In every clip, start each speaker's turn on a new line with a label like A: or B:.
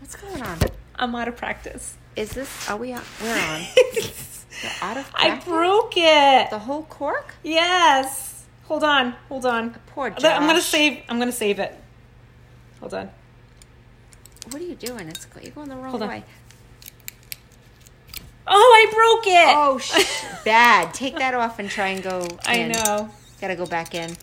A: What's going on?
B: I'm out of practice.
A: Is this? Are we on? We're on. We're out of
B: I
A: practice?
B: broke it.
A: the whole cork.
B: Yes. Hold on. Hold on.
A: Poor Josh.
B: I'm gonna save. I'm gonna save it. Hold on.
A: What are you doing? It's you're going the wrong
B: Hold on.
A: way.
B: Oh, I broke it.
A: Oh, sh- bad. Take that off and try and go.
B: I
A: in.
B: know.
A: Gotta go back in.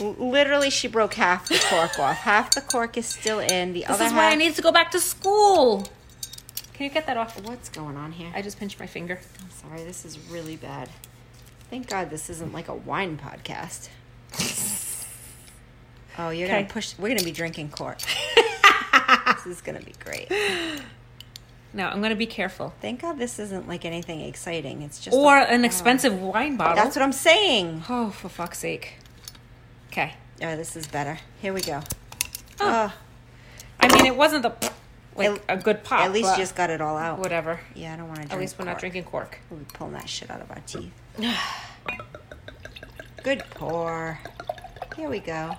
A: L- Literally, she broke half the cork off. Half the cork is still in. The
B: This
A: other
B: is
A: half.
B: why I need to go back to school. Can you get that off?
A: What's going on here?
B: I just pinched my finger.
A: I'm sorry. This is really bad. Thank God this isn't like a wine podcast. Oh, you're
B: Okay.
A: gonna push. We're gonna be drinking cork. this is gonna be great.
B: No, I'm gonna be careful.
A: Thank God this isn't like anything exciting. It's just
B: Or
A: a- Oh.
B: an expensive wine bottle.
A: That's what I'm saying.
B: oh, for fuck's sake. Okay.
A: Oh, this is better. Here we go. Oh,
B: Oh. I mean, it wasn't the like
A: At-
B: a good pop.
A: at least
B: but
A: you just got it all out.
B: whatever.
A: Yeah, I don't want to drink.
B: At least we're not
A: cork.
B: drinking cork.
A: We'll be pulling that shit out of our teeth. Good pour. Here we go.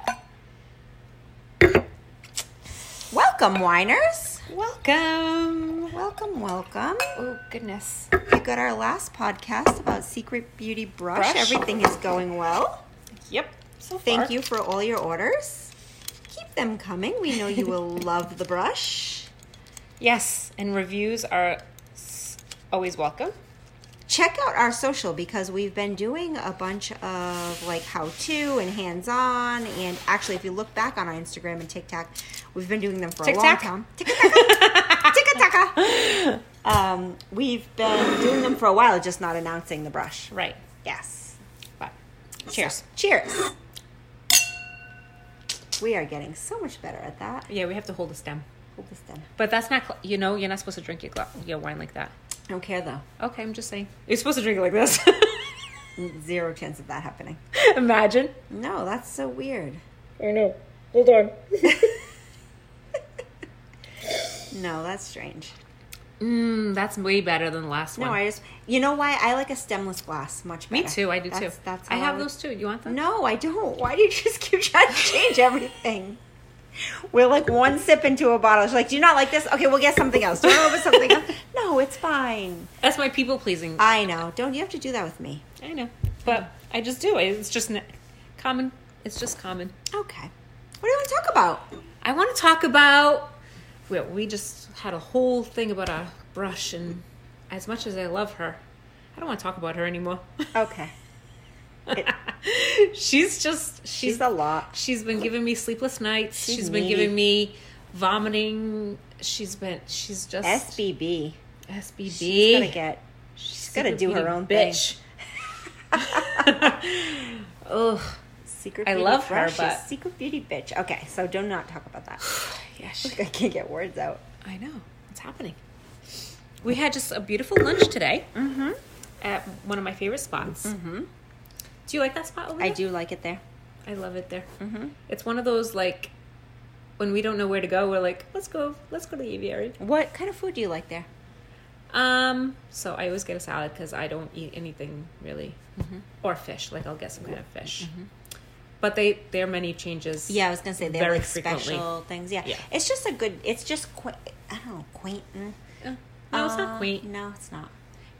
A: Welcome, whiners.
B: Welcome.
A: Welcome, welcome.
B: Oh goodness.
A: We got our last podcast about Secret Beauty Brush.
B: Brush.
A: Everything is going well.
B: Yep. So
A: Thank
B: far.
A: you for all your orders. Keep them coming. We know you will love the brush.
B: Yes, and reviews are s- always welcome.
A: Check out our social because we've been doing a bunch of like how to and hands on. And actually, if you look back on our Instagram and TikTok, we've been doing them for a long
B: Tic-tac?
A: time. Tic-tac-tac. Tic-tac-tac. Um, we've been doing them for a while, just not announcing the brush.
B: Right.
A: Yes.
B: But cheers.
A: So, cheers. We are getting so much better at that.
B: Yeah, we have to hold this down.
A: Hold this down.
B: But that's not, cl- you know, you're not supposed to drink your, gla- your wine like that.
A: I don't care though.
B: Okay, I'm just saying. You're supposed to drink it like this.
A: Zero chance of that happening.
B: Imagine.
A: No, that's so weird.
B: I know. Hold on.
A: No, that's strange.
B: Mm, that's way better than the last
A: No,
B: one.
A: I just you know why I like a stemless glass much
B: Me
A: better.
B: too. I do
A: that's,
B: too.
A: That's
B: I
A: how
B: have
A: would-
B: those too. You want them?
A: No, I don't. Why do you just keep trying to change everything? We're like one sip into a bottle. She's like, "Do you not like this? Okay, we'll get something else. Do you want something else? No, it's fine.
B: That's my people pleasing.
A: I know. Don't you have to do that with me?
B: I know, but I just do it. It's just n- common. It's just common.
A: Okay. What do you want to talk about?
B: I want to talk about. Well, we just had a whole thing about our brush, and as much as I love her, I don't want to talk about her anymore.
A: Okay.
B: she's just she's
A: She's a lot.
B: she's been giving me sleepless nights.
A: She's
B: she's been
A: needy.
B: giving me vomiting. She's been she's just
A: SBB.
B: SBB.
A: She's gonna get. She's
B: Secret
A: gonna do her
B: beauty
A: own
B: bitch. Ugh.
A: thing. Secret.
B: I
A: beauty
B: love her,
A: brush is
B: but-
A: secret beauty bitch. Okay, so do not talk about that.
B: Yeah, she-
A: I can't get words out.
B: I know. It's happening. We had just a beautiful lunch today
A: Mm-hmm.
B: at one of my favorite spots. Mm-hmm. Do you like that spot over
A: I
B: there?
A: do like it there.
B: I love it there. Mm-hmm. It's one of those like when we don't know where to go, we're like, let's go, let's go to the aviary.
A: What kind of food do you like there?
B: Um, so I always get a salad because I don't eat anything really, or fish. Like I'll get some kind of fish, but they their menu changes.
A: Mm-hmm. Yeah, I was gonna say they have
B: Very
A: like
B: frequently.
A: special things. Yeah.
B: Yeah.
A: it's just a good. It's just quaint. I don't know, quaint. mm.
B: Uh, no, it's
A: Uh,
B: not quaint.
A: No, it's not.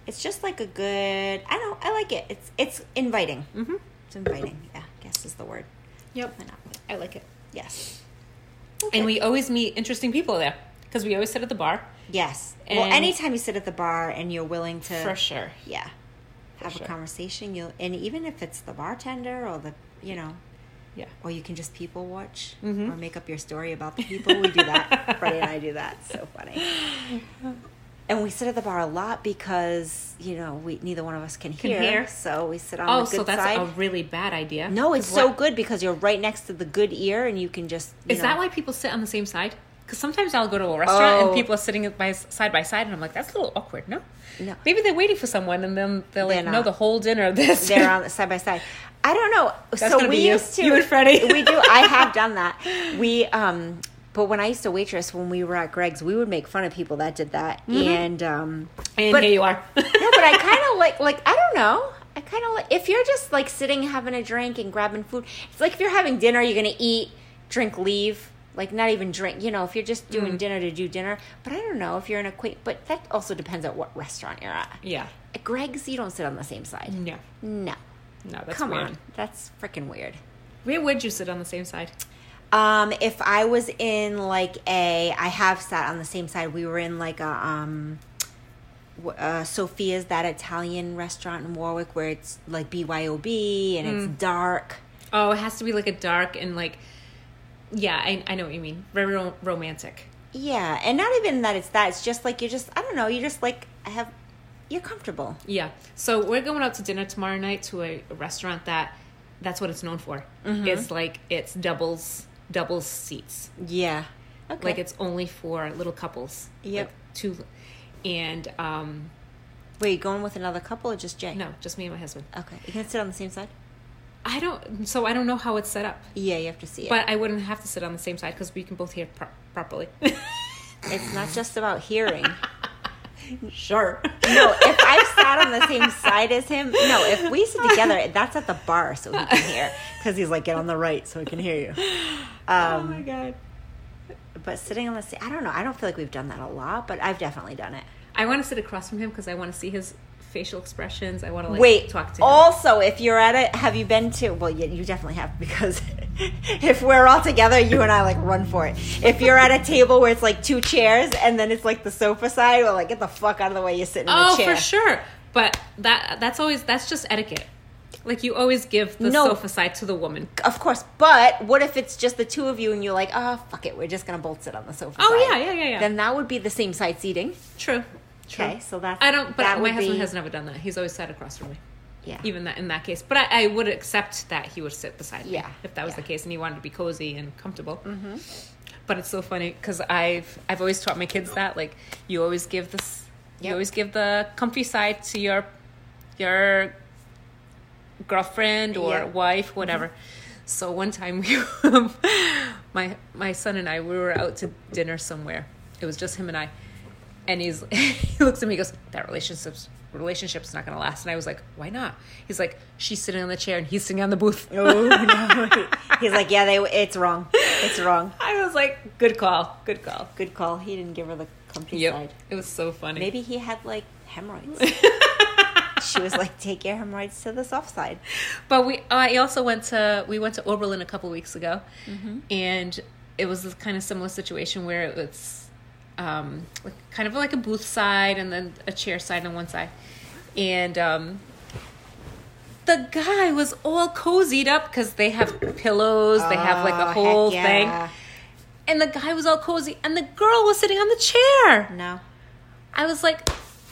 A: It's just like a good. I don't. I like it. It's it's inviting.
B: Mm-hmm.
A: It's inviting. Yeah, I guess is the word.
B: Yep,
A: Why not?
B: I like it.
A: Yes.
B: And we always meet interesting people there because we always sit at the bar
A: Yes. well,
B: And-
A: anytime you sit at the bar and you're willing to,
B: for sure.
A: yeah, have
B: sure.
A: a conversation, you'll, and even if it's the bartender or the, you know,
B: Yeah.
A: or you can just people watch
B: Mhm.
A: or make up your story about the people. We do that. Freddie and I do that. It's so funny. And we sit at the bar a lot because you know we neither one of us can hear,
B: hear.
A: so we sit on
B: Oh,
A: the good
B: so that's
A: side.
B: a really bad idea.
A: no, it's
B: 'Cause
A: so
B: what-
A: good because you're right next to the good ear, and you can just. you
B: Is that
A: know-
B: why people sit on the same side? Because sometimes I'll go to a restaurant
A: Oh.
B: and people are sitting by side by side, and I'm like, that's a little awkward. No,
A: No.
B: Maybe they're waiting for someone, and then they're like,
A: They're
B: no,
A: not.
B: the whole dinner. This
A: they're on the side by side. I don't know. so
B: gonna
A: we
B: be you.
A: used to
B: You and Freddie.
A: we do. I have done that. We um, but when I used to waitress when we were at Greg's, we would make fun of people that did that,
B: Mm-hmm.
A: and um,
B: and
A: but-
B: here you are.
A: no, but I kind of like like I don't know. I kind of like if you're just like sitting having a drink and grabbing food. It's like if you're having dinner, you're gonna eat, drink, leave. like not even drink. You know, if you're just doing
B: Mm.
A: dinner to do dinner. But I don't know if you're in a quaint. But that also depends on what restaurant you're at.
B: Yeah.
A: At Greg's, you don't sit on the same side.
B: Yeah.
A: No,
B: No, that's
A: come
B: weird.
A: on, that's freaking weird.
B: Where would you sit on the same side?
A: Um, if I was in like a, I have sat on the same side. We were in like a um, w- uh, Sophia's that Italian restaurant in Warwick where it's like BYOB and
B: Mm.
A: it's dark.
B: Oh, it has to be like a dark and like, yeah, I, I know what you mean. Very ro- romantic.
A: Yeah, and not even that it's that. It's just like you're just I don't know. You're just like I have. You're comfortable.
B: Yeah. So we're going out to dinner tomorrow night to a, a restaurant that that's what it's known for. It's like it's doubles doubles seats.
A: Yeah. Okay.
B: Like it's only for little couples.
A: Yep.
B: Like two and um
A: Wait, you going with another couple or just Jay?
B: no, just me and my husband.
A: Okay. You can sit on the same side.
B: I don't so I don't know how it's set up.
A: Yeah, you have to see it.
B: But I wouldn't have to sit on the same side because we can both hear pro- properly.
A: it's not just about hearing.
B: sure.
A: No, if I sat on the same side as him, no, if we sit together, that's at the bar so he can hear. Because he's like, get on the right so he can hear you.
B: oh
A: Um,
B: my god.
A: But sitting on the same, I don't know. I don't feel like we've done that a lot, but I've definitely done it.
B: I want to sit across from him because I want to see his facial expressions. I want to like
A: Wait,
B: talk to him.
A: also, if you're at it, have you been to, well, yeah, you definitely have because if we're all together, you and I like run for it. If you're at a table where it's like two chairs and then it's like the sofa side, we're like, get the fuck out of the way, you're sitting in
B: oh,
A: the chair.
B: for sure. But that that's always that's just etiquette. Like you always give the
A: No.
B: sofa side to the woman.
A: Of course, but what if it's just the two of you and you're like, oh, fuck it, we're just gonna both sit on the sofa.
B: Oh,
A: side."
B: yeah, yeah, yeah, yeah.
A: Then that would be the same side seating.
B: True. True.
A: Okay, so that's
B: I don't. But
A: that
B: my
A: would
B: husband
A: be-
B: has never done that. He's always sat across from me.
A: yeah.
B: Even that in that case, but I, I would accept that he would sit beside me
A: Yeah,
B: if that was
A: yeah.
B: the case, and he wanted to be cozy and comfortable. Mm-hmm. But it's so funny because I've I've always taught my kids that like you always give this you
A: Yep.
B: always give the comfy side to your your girlfriend or
A: Yeah.
B: wife, whatever. So one time we, my my son and I, we were out to dinner somewhere. It was just him and I, and he's he looks at me, he goes, "That relationship's relationship's not gonna last." And I was like, "Why not?" He's like, "She's sitting on the chair and he's sitting on the booth."
A: Oh no. He's like, yeah, they. It's wrong. It's wrong.
B: I was like, "Good call, good call."
A: Good call. He didn't give her the comfy
B: Yep,
A: side.
B: it was so funny.
A: Maybe he had like hemorrhoids. she was like, take your hemorrhoids to the soft side.
B: But we, I also went to we went to Oberlin a couple weeks ago,
A: Mm-hmm.
B: and it was this kind of similar situation where it was um, like, kind of like a booth side and then a chair side on one side, and um, the guy was all cozied up because they have pillows, they have like
A: Oh,
B: a
A: heck
B: whole
A: yeah.
B: thing, and the guy was all cozy, and the girl was sitting on the chair.
A: No,
B: I was like,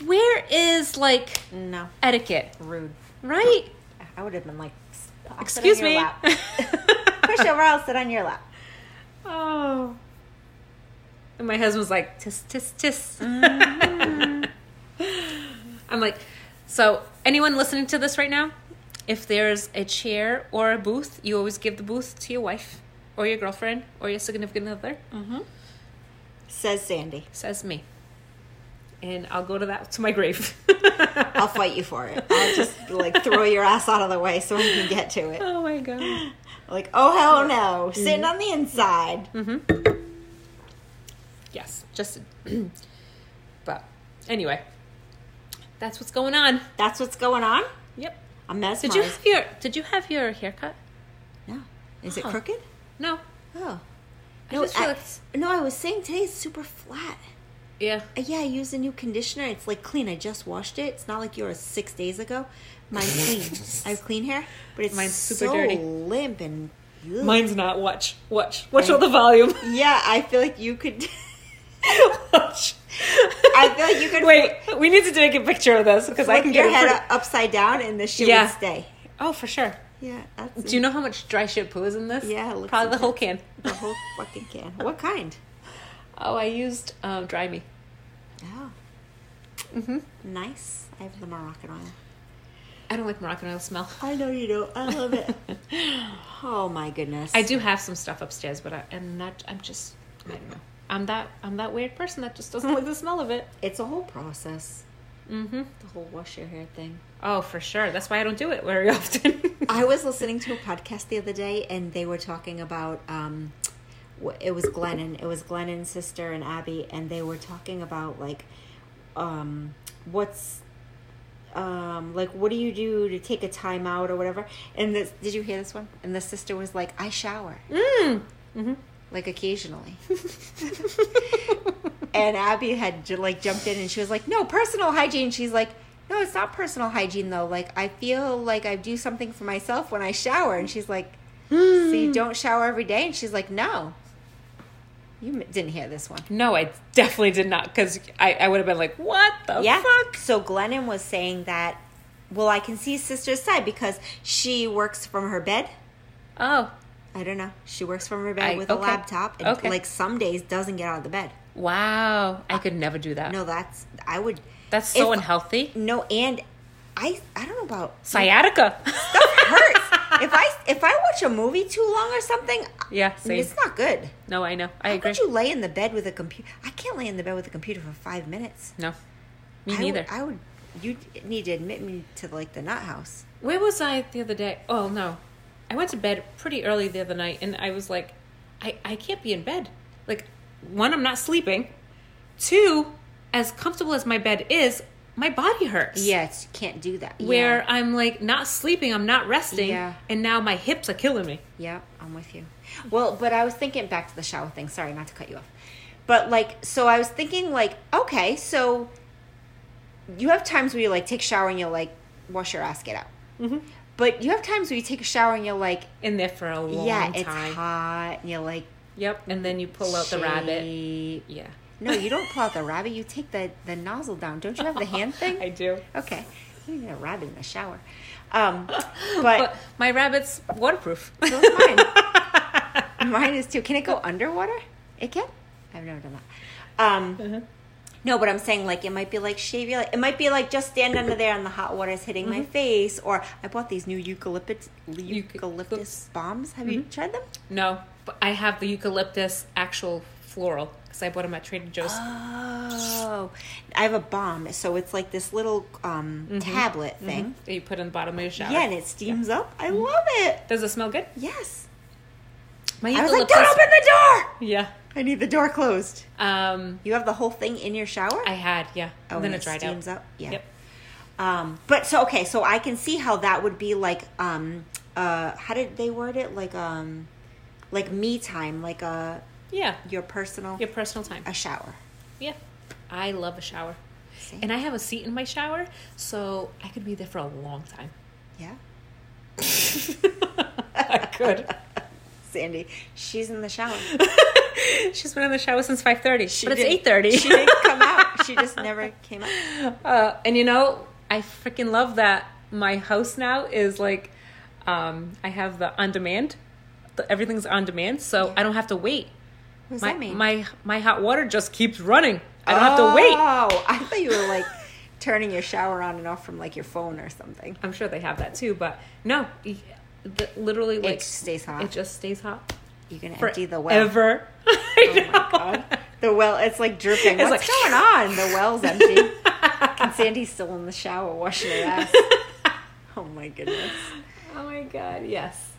B: where is like
A: no,
B: etiquette,
A: rude.
B: right?
A: I would have been like, "S- I'll sit on
B: Excuse
A: your
B: me.
A: lap. Push over. I'll sit on your lap.
B: Oh. And my husband's like, tis, tis, tis.
A: Mm-hmm.
B: I'm like, so anyone listening to this right now, if there's a chair or a booth, you always give the booth to your wife or your girlfriend or your significant other,
A: Mm-hmm. Says Sandy.
B: says me. And I'll go to that to my grave.
A: I'll fight you for it. I'll just like throw your ass out of the way so we can get to it.
B: oh my God.
A: Like, oh hell no, sitting on the inside.
B: Yes, just. but anyway, that's what's going on.
A: That's what's going on.
B: Yep.
A: I'm mesmerized.
B: Did you have your Did you have your haircut?
A: No, is it
B: Oh.
A: crooked?
B: No.
A: Oh.
B: I just feel it's-
A: no, I was saying today it's super flat.
B: Yeah.
A: Uh, Yeah, I used a new conditioner. It's like clean. I just washed it. It's not like yours six days ago. Mine's clean. I have clean hair, but it's
B: Mine's super
A: so
B: dirty.
A: limp and. Ugh.
B: Mine's not. Watch. Watch. Watch all the volume.
A: Yeah, I feel like you could.
B: Watch.
A: I feel like you could
B: Wait, we need to take a picture of this because I
A: flip
B: can
A: your
B: get
A: head
B: it.
A: u- upside down and the shoe
B: Yeah.
A: would stay.
B: Oh, for sure.
A: Yeah, that's
B: Do you know how much dry shampoo is in this?
A: Yeah, it
B: probably
A: looks
B: the whole can.
A: the whole fucking can. What kind?
B: Oh, I used um, Dry Me.
A: Oh,
B: Mm-hmm.
A: nice. I have the Moroccan oil.
B: I don't like Moroccan oil smell.
A: I know you do. I love it. oh my goodness.
B: I do have some stuff upstairs, but I, I'm not. I'm just. I don't know. I'm that. I'm that weird person that just doesn't like the smell of it.
A: It's a whole process.
B: Mm-hmm.
A: The whole wash your hair thing.
B: Oh, for sure. That's why I don't do it very often.
A: I was listening to a podcast the other day, and they were talking about um, w- it was Glennon. It was Glennon's sister and Abby, and they were talking about like, um, what's, um, like what do you do to take a time out or whatever? And this, did you hear this one? And the sister was like, I shower.
B: Mm.
A: mm-hmm. Like occasionally. and Abby had j- like jumped in and she was like, "No, personal hygiene." She's like, "No, it's not personal hygiene though. Like I feel like I do something for myself when I shower." And she's like,
B: Hmm.
A: "So you don't shower every day?" And she's like, "No." You m- didn't hear this one.
B: No, I definitely did not because I, I would have been like, what the
A: yeah.
B: Oh, fuck?
A: So Glennon was saying that well, I can see sister's side because she works from her bed.
B: Oh,
A: I don't know. She works from her bed
B: I-
A: with a
B: okay.
A: laptop and
B: Okay.
A: like some days doesn't get out of the bed.
B: wow. I could never do that.
A: No, Mm. that's I would
B: That's so
A: If-
B: unhealthy.
A: No, and I I don't know about
B: Sciatica.
A: hurts. if I if I watch a movie too long or something,
B: yeah, same.
A: it's not good.
B: no, I know. I
A: How
B: agree.
A: could you lay in the bed with a computer? I can't lay in the bed with a computer for five minutes.
B: No, me
A: I
B: neither.
A: Would, I would. You need to admit me to like the nut house.
B: Where was I the other day? Oh no, I went to bed pretty early the other night, and I was like, I I can't be in bed. Like, one, I'm not sleeping. Two, as comfortable as my bed is, my body hurts.
A: Yes, you can't do that.
B: Where I'm like not sleeping, I'm not resting,
A: Yeah.
B: and now my hips are killing me.
A: Yeah, I'm with you. Well, but I was thinking back to the shower thing. Sorry, not to cut you off. But like, so I was thinking like, okay, so you have times where you like take a shower and you'll like wash your ass, get out. Mm-hmm. But you have times where you take a shower and you're like,
B: In there for a long
A: yeah, it's
B: time.
A: hot, and you're like,
B: Yep. And then you pull out the rabbit.
A: shape.
B: Yeah.
A: No, you don't pull out the rabbit. You take the the nozzle down. Don't you have the hand thing?
B: I do.
A: Okay, you get a rabbit in the shower. Um,
B: But
A: but
B: my rabbit's waterproof.
A: so is mine. mine is too. Can it go underwater? It can. I've never done that. Um, No, but I'm saying like it might be like shave your. It might be like just stand under there and the hot water's hitting my face. Or I bought these new eucalyptus eucalyptus bombs. Have you tried them?
B: No, but I have the eucalyptus actual floral because I bought them at Trader Joe's.
A: Oh, I have a bomb. So it's like this little um, tablet thing.
B: that you put in the bottom of your shower.
A: Yeah, and it Mm-hmm. steams up. I love it.
B: Does it smell good?
A: Yes.
B: My
A: I was like, don't open the door.
B: Yeah.
A: I need the door closed.
B: Um,
A: You have the whole thing in your shower.
B: I had yeah.
A: oh,
B: and then
A: and
B: it dried
A: steams
B: out.
A: up. Yeah.
B: Yep.
A: Um, but so okay, so I can see how that would be like. Um, uh, how did they word it? Like um, like me time, like uh,
B: Yeah.
A: your personal
B: Your personal time.
A: a shower.
B: Yeah. I love a shower.
A: See?
B: And I have a seat in my shower, so I could be there for a long time.
A: yeah,
B: I could.
A: Sandy, she's in the shower.
B: She's been in the shower since five thirty.
A: She
B: But it's
A: didn't-
B: eight thirty.
A: She didn't come out. She just never came out.
B: Uh, and you know, I freaking love that my house now is like, um, I have the on demand. The, everything's on demand, so I don't have to wait.
A: What does
B: My,
A: that mean?
B: my my hot water just keeps running. I don't have to wait.
A: Oh, I thought you were like turning your shower on and off from like your phone or something.
B: I'm sure they have that too, but no, y- the, literally like
A: It stays hot.
B: It just stays hot
A: You're gonna empty the
B: forever.
A: well.
B: I
A: Oh my
B: know.
A: god. The well, it's like dripping.
B: It's
A: What's
B: like-
A: going on? The well's empty. and Sandy's still in the shower washing her ass. Oh my goodness.
B: Oh my god, yes.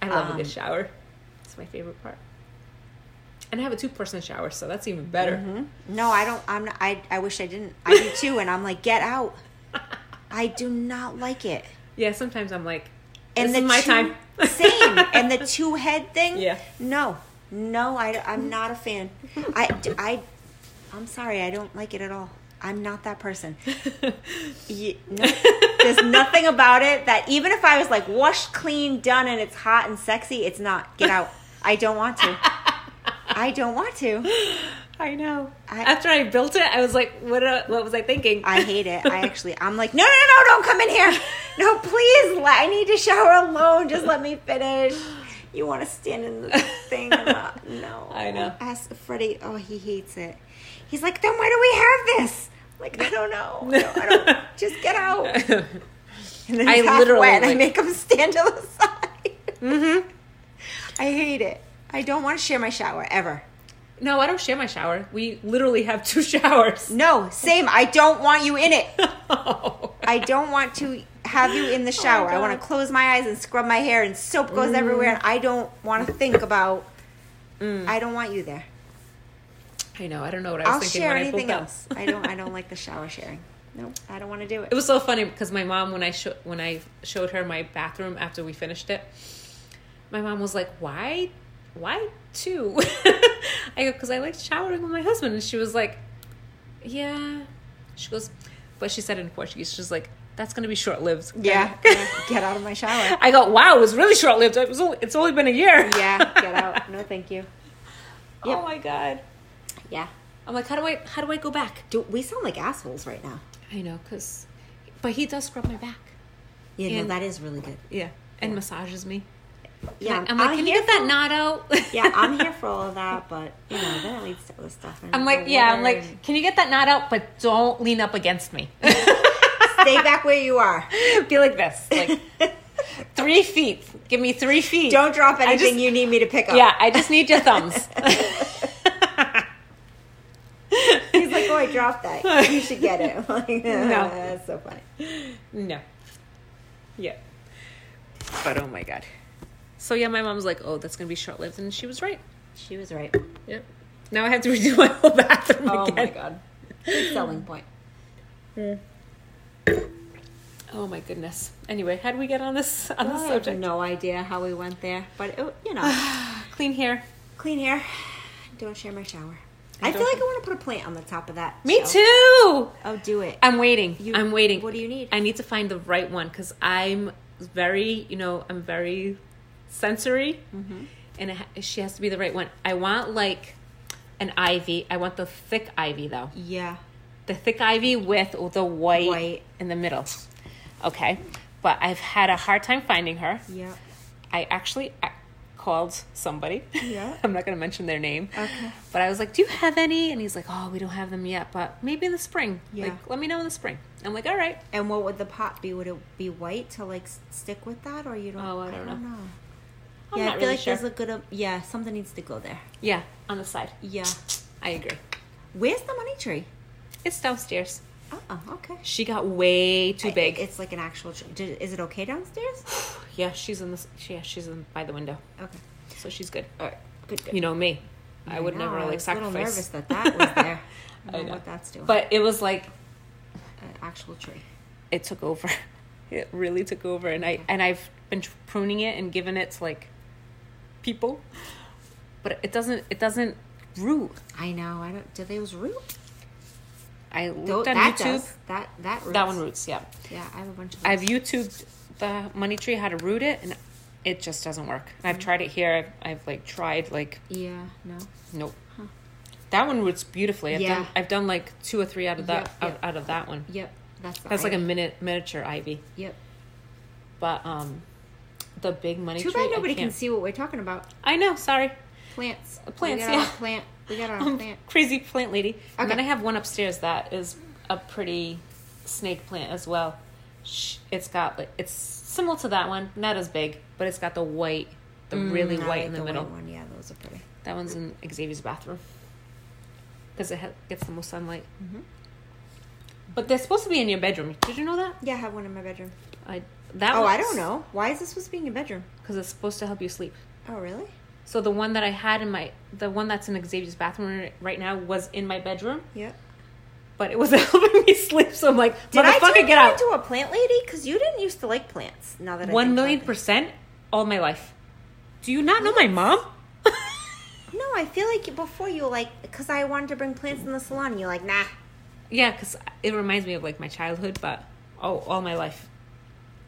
B: I love a
A: Um,
B: good shower. It's my favorite part. And I have a two person shower, so that's even better.
A: Mm-hmm. No, I don't. I'm. Not, I. I wish I didn't. I do too. And I'm like, get out. Mm-hmm. I do not like it.
B: Yeah, sometimes I'm like, this
A: And
B: is my
A: two-
B: time.
A: same. And the two head thing.
B: Yeah.
A: No, no, I, I'm not a fan. I, I, I'm sorry. I don't like it at all. I'm not that person. You, no, there's nothing about it that even if I was like washed, clean, done, and it's hot and sexy, it's not. Get out. I don't want to. I don't want to.
B: I know.
A: I-
B: After I built it, I was like, what, uh, what was I thinking?
A: I hate it. I actually, I'm like, no, no, no, don't come in here. No, please. le- I need to shower alone. Just let me finish. You want to stand in the thing? and not- No.
B: I know.
A: Ask Freddie. Oh, he hates it. He's like, then why do we have this? Like, I don't know. I don't, I don't- just get out. And then
B: I
A: he's half
B: literally,
A: wet, and I
B: like-
A: make him stand to the side. mm-hmm. I hate it. I don't want to share my shower ever.
B: no, I don't share my shower. We literally have two showers.
A: No, same. I don't want you in it.
B: I,
A: I don't want to have you in the shower. I want
B: Oh God. Mm.
A: to close my eyes and scrub my hair, and soap goes everywhere, and I don't want to think about I don't want you there.
B: I know. I don't know what Mm. I was
A: I'll
B: thinking
A: share
B: when I
A: anything
B: pulled
A: else.
B: That.
A: I don't. I don't like the shower sharing. Nope. I don't want to do it.
B: It was so funny because my mom, when I sho- when I showed her my bathroom after we finished it, my mom was like, "Why, why two? I go because I like showering with my husband, and she was like, "Yeah." She goes, but she said it in Portuguese, she's like, "That's gonna be short lived."
A: yeah. yeah. Get out of my shower.
B: I go, "Wow, it was really short lived. It was only, it's only been a year."
A: Yeah. Get out. No, thank you.
B: Oh my god.
A: Yeah.
B: I'm like, how do I how do I go back?
A: Do we sound like assholes right now?
B: I know, cause, but he does scrub my back.
A: You know
B: And-
A: that is really good.
B: Yeah, and massages me.
A: Yeah.
B: I'm like,
A: I'm
B: can you
A: here
B: get that knot out?
A: for- yeah, I'm here for all of that, but you know, then it leads to other stuff. and
B: I'm like,
A: the
B: yeah, I'm
A: water
B: like, can you get that knot out, but don't lean up against me.
A: and- stay back where you are.
B: Be like this, like three feet. Give me three feet.
A: Don't drop anything
B: just-
A: you need me to pick up.
B: Yeah, I just need your thumbs.
A: He's like, oh, I dropped that. You should get it. Like,
B: No.
A: that's so funny.
B: no. Yeah. But oh my god. So yeah, my mom's like, oh, that's gonna be short lived, and she was right.
A: She was right.
B: Yep. Now I have to redo my whole bathroom
A: Oh
B: again.
A: my god. Good selling point.
B: Oh my goodness. Anyway, how do we get on this on this
A: I have
B: subject?
A: no idea how we went there, but it, you know,
B: Clean hair.
A: clean hair. Don't share my shower.
B: I
A: I feel
B: don't-
A: like I want to put a plant on the top of that.
B: Me
A: shelf.
B: too.
A: Oh, do it.
B: I'm waiting.
A: You-
B: I'm waiting.
A: what do you need?
B: I need to find the right one because I'm very, you know, I'm very sensory,
A: Mm-hmm.
B: and it ha- she has to be the right one. I want like an ivy. I want the thick ivy though.
A: yeah.
B: The thick ivy with the white,
A: White.
B: in the middle. Okay, but I've had a hard time finding her.
A: Yeah.
B: I actually a- called somebody.
A: Yeah.
B: I'm not going to mention their name. Okay. But I was like, "Do you have any?" And he's like, "Oh, we don't have them yet, but maybe in the spring.
A: Yeah.
B: Like, let me know in the spring." I'm like, "All right."
A: And what would the pot be? Would it be white to like s- stick with that, or you don't?
B: Oh, I don't know. I'm
A: Yeah, I
B: not
A: feel
B: really
A: like
B: sure.
A: there's a good. um, Yeah, something needs to go there.
B: Yeah, on the side.
A: Yeah.
B: I agree.
A: Where's the money tree?
B: It's downstairs.
A: Oh, oh, okay.
B: She got way Uh-uh. too
A: I-
B: big.
A: It's like an actual. Tree. Did- Is it okay downstairs?
B: yeah, she's in the s- yeah, she's in by the window.
A: Okay.
B: So she's good.
A: All right. Good. good.
B: You know me. I would
A: know,
B: never like
A: was
B: sacrifice.
A: A little nervous that that was there. I
B: I
A: don't know
B: know.
A: what that's doing.
B: But it was like
A: an actual tree.
B: it took over. It really took over, and I and I've been tr- pruning it and giving it to like people, but it doesn't it doesn't root.
A: I know. I don't. Do those root?
B: I looked
A: Tho-
B: on
A: that
B: YouTube.
A: does. That that roots.
B: That one roots, yeah.
A: Yeah, I have a bunch of.
B: I've
A: Those.
B: YouTubed the money tree how to root it, and it just doesn't work.
A: Mm-hmm.
B: I've tried it here. I've, I've like tried like
A: Yeah. No.
B: nope. That one roots beautifully. I've
A: Yeah.
B: done I've done like two or three out of that
A: Yep, yep.
B: Out, out of that one.
A: Yep. That's. the
B: That's like a
A: ivy.
B: minute miniature ivy,
A: Yep.
B: but um, the big money
A: Too
B: tree.
A: bad
B: I
A: nobody can
B: can't-
A: see what we're talking about.
B: I know. Sorry.
A: Plants.
B: Plants,
A: We got our own
B: yeah.
A: Plant. We got our own
B: Um,
A: Oh, plant.
B: crazy plant lady. And then I
A: Okay.
B: have one upstairs that is a pretty snake plant as well. Sh- It's got like it's similar to that one, not as big, but it's got the white, the really
A: I
B: white
A: Mm, like
B: in the, middle.
A: white one. Yeah, those are pretty.
B: That one's in Xavier's bathroom because it ha- gets the most sunlight. But they're supposed to be in your bedroom. Did you know that?
A: Yeah, I have one in my bedroom.
B: I that.
A: Oh, I don't know. Why is this supposed to be in your bedroom?
B: because it's supposed to help you sleep.
A: Oh, really?
B: So the one that I had in my the one that's in Xavier's bathroom right now was in my bedroom.
A: Yep.
B: but it was helping me sleep. So I'm like,
A: Did I
B: motherfucker,
A: turn
B: get
A: you
B: out.
A: into a plant lady? Because you didn't used to like plants. Now that I
B: One
A: think
B: million
A: about
B: percent all my life. Do you not know my mom?
A: it. No, I feel like before you were like because I wanted to bring plants in the salon. and You're like, nah.
B: yeah, because it reminds me of like my childhood, but oh, all my life.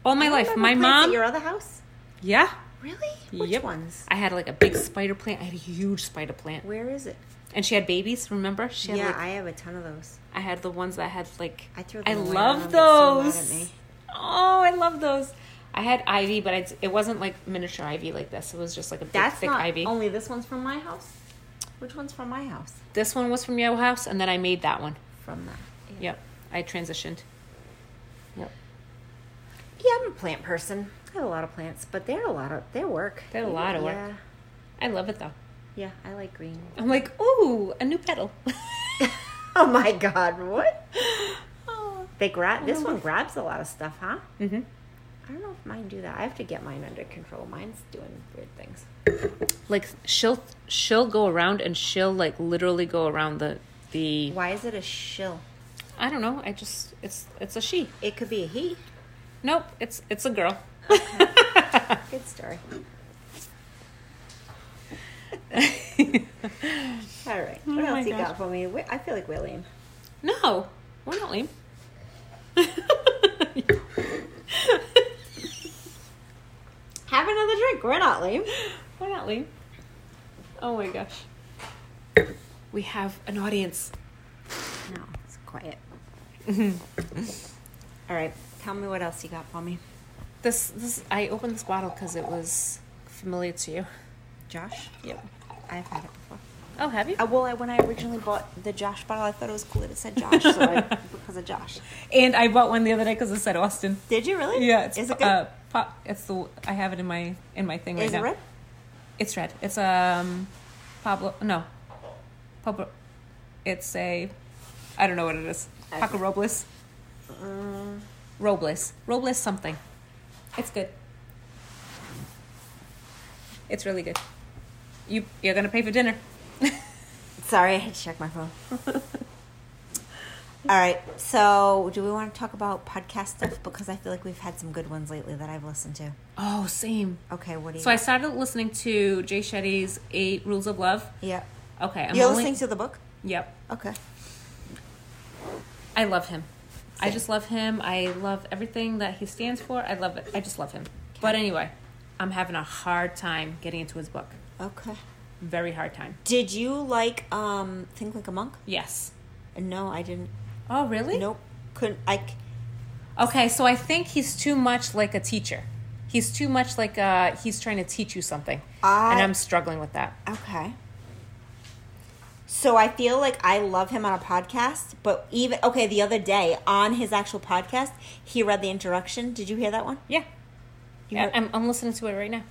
B: All my
A: You
B: life.
A: remember
B: My
A: plants
B: mom.
A: At your other house.
B: yeah.
A: Really? Which
B: Yep.
A: ones?
B: I had like a big spider plant. I had a huge spider plant.
A: Where is it?
B: And she had babies, remember? She had
A: yeah,
B: like,
A: I have a ton of those.
B: I had the ones that had like
A: I threw
B: I
A: them away.
B: love
A: My mom
B: those.
A: gets so mad at me.
B: Oh, I love those. I had ivy, but I, it wasn't like miniature ivy like this. It was just like a big,
A: That's
B: thick
A: not
B: ivy.
A: only this one's from my house. Which one's from my house?
B: This one was from your house, and then I made that one.
A: From that. Yeah,
B: Yep, I transitioned. Yep,
A: yeah I'm a plant person. I have a lot of plants, but they're a lot of their work.
B: They're a lot of work.
A: Yeah,
B: I love it though.
A: yeah, I like green.
B: I'm like, ooh, a new petal.
A: oh my god, what?
B: oh.
A: They grab this
B: no.
A: one grabs a lot of stuff, huh?
B: Mm-hmm.
A: I don't know if mine do that. I have to get mine under control. Mine's doing weird things.
B: Like she'll she'll go around and she'll like literally go around the the.
A: Why is it a shill?
B: I don't know. I just it's it's a she.
A: It could be a he.
B: Nope. It's it's a girl.
A: Good story. All right. What
B: Oh my
A: else you
B: gosh.
A: got for me? We- I feel like we're lame.
B: no, we're not lame.
A: Have another drink. We're not lame.
B: we're not lame. Oh my gosh. We have an audience.
A: No, it's quiet. All right. Tell me what else you got for me,
B: This this I opened this bottle because it was familiar to you.
A: Josh.
B: Yep.
A: I've had it before.
B: Oh, have you?
A: Uh, well, I, when I originally bought the Josh bottle, I thought it was cool that it said Josh, so I, because of Josh.
B: And I bought one the other day because it said Austin.
A: Did you really?
B: Yeah, it's
A: is it good?
B: Uh, pop, it's the I have it in my in my thing right
A: is
B: now.
A: it red?
B: It's red. It's um Pablo no. Pablo it's a I don't know what it is. Paco Robles.
A: Mm.
B: Robles. Robles something. It's good. It's really good. You you're gonna pay for dinner.
A: Sorry, I had to check my phone. All right. So, do we want to talk about podcast stuff? Because I feel like we've had some good ones lately that I've listened to.
B: Oh, same.
A: Okay, what do you?
B: So I started listening to Jay Shetty's Eight Rules of Love.
A: yeah,
B: Okay, I'm
A: you're
B: only-
A: listening to the book.
B: Yep.
A: Okay.
B: I love him. I
A: Same.
B: just love him. I love everything that he stands for. I love it. I just love him. But anyway, I'm having a hard time getting into his book.
A: Okay.
B: Very hard time.
A: Did you like um Think Like a Monk?
B: Yes.
A: No, I didn't.
B: Oh, really?
A: Nope. Couldn't. I. c-
B: Okay, so I think he's too much like a teacher. He's too much like uh he's trying to teach you something. and
A: I-
B: I'm struggling with that.
A: Okay. So I feel like I love him on a podcast, but even okay, the other day on his actual podcast, he read the introduction. Did you hear that one?
B: Yeah. um,
A: You
B: I-
A: heard-
B: I'm, I'm listening to it right now.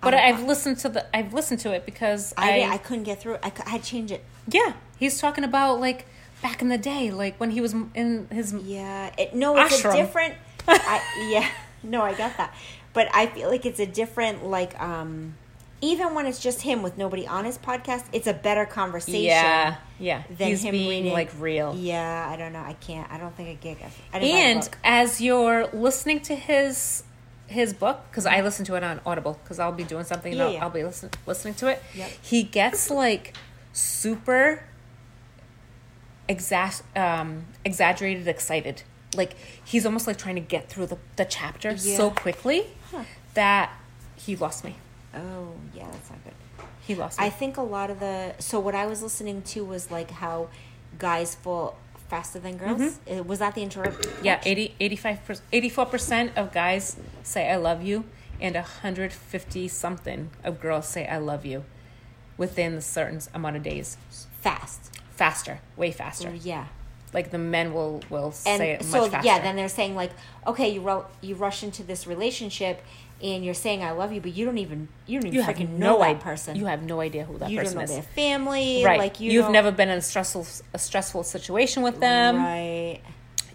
B: But
A: Oh,
B: I've
A: wow.
B: listened to the I've listened to it because
A: I didn't- I couldn't get through it. I, cou- I had to change it.
B: Yeah, he's talking about like back in the day, like when he was m- in his
A: Yeah. It, no, it's
B: Ashram.
A: a different. I, yeah. No, I got that. But I feel like it's a different, like, um, even when it's just him with nobody on his podcast, it's a better conversation.
B: Yeah, yeah.
A: Than
B: he's
A: him
B: being
A: reading.
B: like real.
A: Yeah, I don't know. I can't. I don't think I get. I didn't buy the
B: And
A: book.
B: as you're listening to his his book, because I listen to it on Audible, because I'll be doing something, and
A: Yeah,
B: I'll,
A: yeah.
B: I'll be listen, listening to it.
A: Yep.
B: He gets like super exas- um, exaggerated excited. Like he's almost like trying to get through the, the chapter so
A: Yeah.
B: quickly
A: Huh.
B: that he lost me.
A: oh, yeah, that's not good.
B: He lost me.
A: I think a lot of the so what I was listening to was like how guys fall faster than girls. Uh, Was that the interrupt?
B: Mm-hmm. Yeah, 80, 85%, 84% of guys say I love you, and 150 something of girls say I love you within a certain amount of days.
A: fast.
B: Faster, way faster.
A: Yeah.
B: Like the men will, will say
A: Mm. And
B: it
A: so
B: much faster.
A: yeah, then they're saying like, okay, you ru- you rush into this relationship, and you're saying I love you, but you don't even you don't even
B: you have
A: freaking
B: no
A: know that
B: idea,
A: person.
B: You have no idea who that
A: You don't
B: person
A: know
B: is.
A: their family.
B: Right.
A: Like you
B: you have
A: don't-
B: never been in a stressful, a stressful situation with them.
A: Right.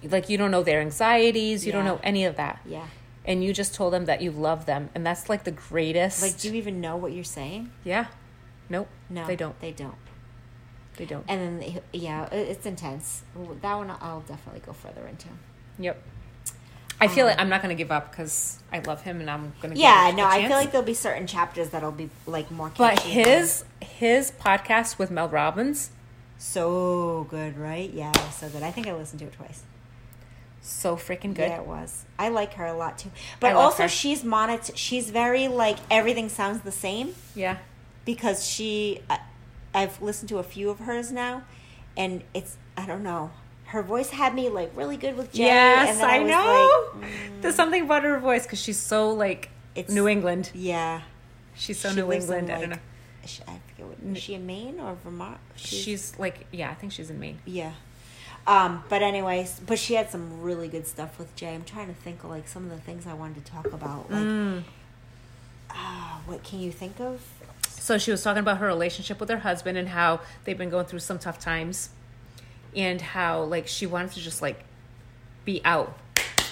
B: Like you don't know their anxieties. You don't
A: Yeah.
B: know any of that.
A: Yeah.
B: And you just told them that you love them, and that's like the greatest.
A: Like, do you even know what you're saying?
B: yeah. Nope.
A: No,
B: They don't.
A: They don't.
B: They don't.
A: And then, they, yeah, it- it's intense. That one I'll definitely go further into.
B: Yep. I feel like I'm not going to give up because I love him and I'm going
A: Um,
B: to.
A: Yeah,
B: give it
A: no,
B: a
A: I
B: chance.
A: feel like there'll be certain chapters that'll be like more.
B: But
A: catchy.
B: his his podcast with Mel Robbins
A: so good, right? Yeah, it was so good. I think I listened to it twice.
B: so freaking good.
A: Yeah, it was. I like her a lot too, but
B: love
A: also
B: her.
A: she's monet. She's very like everything sounds the same
B: Yeah.
A: because she. I, I've listened to a few of hers now, and it's I don't know. Her voice had me like really good with Jay.
B: yes,
A: and then
B: I,
A: was mm,
B: know. There's something about her voice because she's so like
A: It's-
B: New England.
A: Like, yeah,
B: She's so
A: She
B: New
A: lives in,
B: England. I don't know.
A: like- she, I forget what is she in Maine or Vermont.
B: She's, like, yeah, I think she's in Maine.
A: Yeah. Um, but anyways, but she had some really good stuff with Jay. I'm trying to think of like some of the things I wanted to talk about. Like,
B: Mm.
A: ah, what can you think of?
B: So she was talking about her relationship with her husband and how they've been going through some tough times, and how like she wanted to just like be out.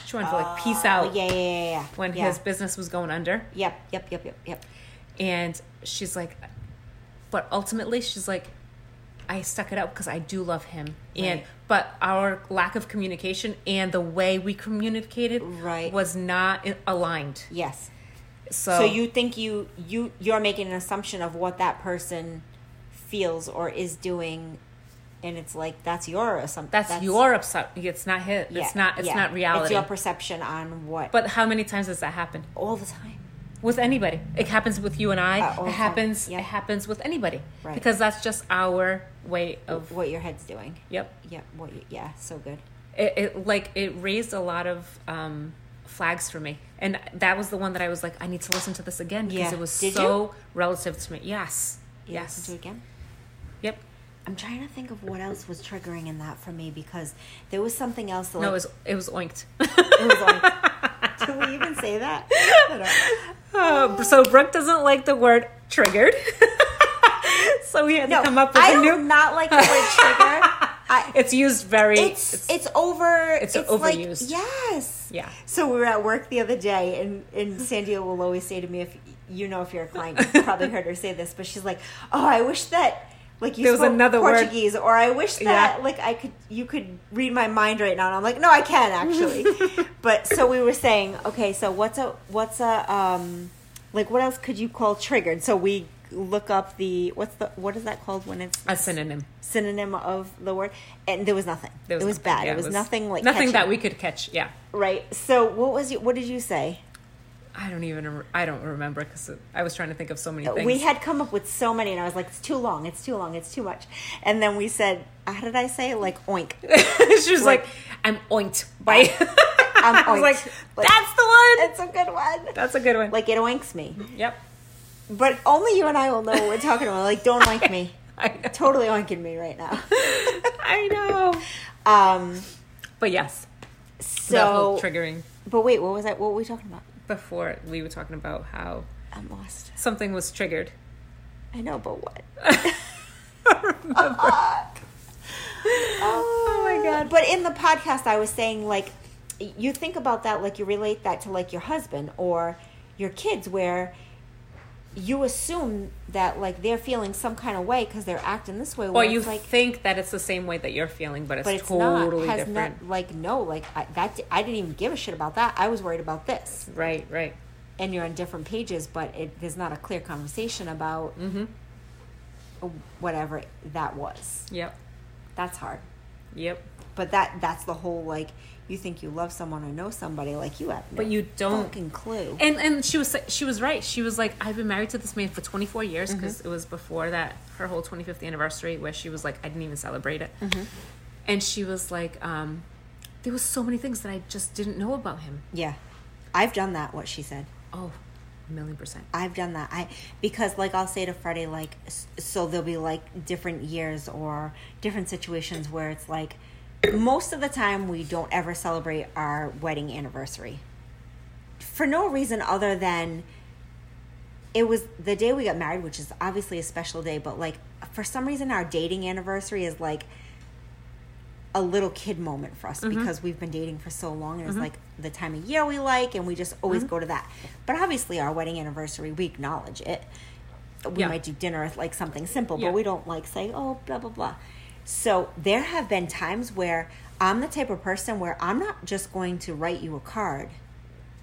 B: She restaurant for like peace out
A: Oh, yeah, yeah, yeah, yeah.
B: when
A: yeah.
B: his business was going under.
A: Yep, yep, yep, yep, yep.
B: And she's like, but ultimately, she's like, I stuck it out because I do love him. And
A: Right.
B: but our lack of communication and the way we communicated
A: Right.
B: was not i- aligned.
A: Yes.
B: So,
A: so you think you you you're making an assumption of what that person feels or is doing, and it's like that's your assumption.
B: that's, your upset. It's not his.
A: yeah,
B: it's not. It's
A: yeah.
B: not reality.
A: It's your perception on what.
B: but how many times does that happen
A: all the time.
B: with anybody? It happens with you and I.
A: Uh, all the
B: it
A: time.
B: happens.
A: Yeah.
B: It happens with anybody.
A: Right.
B: Because that's just our way of.
A: What your head's doing.
B: Yep.
A: Yeah. What? You, yeah. So good.
B: it, it like it raised a lot of um, flags for me, and that was the one that I was like, I need to listen to this again because
A: Yeah.
B: it was
A: Did
B: so relative to me. Yes,
A: You
B: yes,
A: Listen to it again.
B: yep.
C: I'm trying to think of what else was triggering in that for me because
A: There was something else. That,
B: No,
A: like,
B: it was it was oinked.
A: it was like. Do we even say that? I don't-
B: Uh, so Brooke doesn't like the word triggered, so we had to come up with
A: I
B: a
A: do
B: new.
A: not like the word trigger. I,
B: It's used very.
A: it's, it's over.
B: it's
A: like-
B: overused.
A: yes.
B: yeah.
A: So we were at work the other day, and and Sandia will always say to me, "If you know, if you're a client, you probably heard her say this, but she's like, oh, I wish that." Like you
B: There was
A: spoke
B: another word.
A: Portuguese, or I wish that
B: Yeah.
A: like I could you could read my mind right now, and I'm like, no, I can actually. but so we were saying, okay, so what's a what's a um like what else could you call triggered? So we look up the what's the what is that called when it's
B: a synonym.
A: synonym of the word, and there was nothing.
B: There
A: it was
B: nothing.
A: bad.
B: Yeah,
A: it, was nothing like
B: nothing
A: catchy.
B: that we could catch. Yeah,
A: right. So what was you, what did you say?
B: I don't even rem- I don't remember because I was trying to think of so many things.
A: We had come up with so many, and I was like, "It's too long. It's too long. It's too much." And then we said, "How did I say? it? Like oink."
B: she was like, I'm oinked by.
A: I'm
B: I was like,
A: oinked. Like,
B: that's the one.
A: It's a good one.
B: That's a good one.
A: Like it oinks me,
B: yep.
A: but only you and I will know what we're talking about. Like don't oink me.
B: I know.
A: Totally oinking me right now.
B: I know.
A: Um.
B: But yes, the
A: So,
B: whole triggering
A: but wait, what was that? What were we talking about?
B: before we were talking about how
A: I'm lost.
B: something was triggered.
A: I know, but what?
B: Remember?
A: Oh
B: my God.
A: But in the podcast, I was saying like, you think about that like you relate that to like your husband or your kids, where you assume that like they're feeling some kind of way because they're acting this way.
B: Or
A: where
B: you
A: it's, like,
B: think that it's the same way that you're feeling, but it's,
A: but it's
B: totally
A: not has
B: different.
A: not like no like I, that I didn't even give a shit about that. I was worried about this,
B: Right, right.
A: and you're on different pages, but it, there's not a clear conversation about
B: Mm-hmm.
A: whatever that was.
B: Yep,
A: That's hard.
B: yep.
A: But that that's the whole like you think you love someone or know somebody like you have no
B: But you don't
A: fucking clue.
B: and and she was she was right. She was like, I've been married to this man for 24 years because it was before that her whole 25th anniversary where she was like, I didn't even celebrate it,
A: Mm-hmm.
B: and she was like, um, there was so many things that I just didn't know about him.
A: yeah. I've done that what she said.
B: Oh, a million percent.
A: I've done that. I because like I'll say to Freddie like s- so there'll be like different years or different situations where it's like most of the time we don't ever celebrate our wedding anniversary for no reason other than it was the day we got married, which is obviously a special day, but like for some reason our dating anniversary is like a little kid moment for us
B: Mm-hmm.
A: because we've been dating for so long and it's like the time of year we like and we just always
B: Mm-hmm.
A: go to that. But obviously our wedding anniversary, we acknowledge it. We
B: Yeah.
A: might do dinner with like something simple,
B: Yeah.
A: but we don't like say, oh, blah, blah, blah. So there have been times where I'm the type of person where I'm not just going to write you a card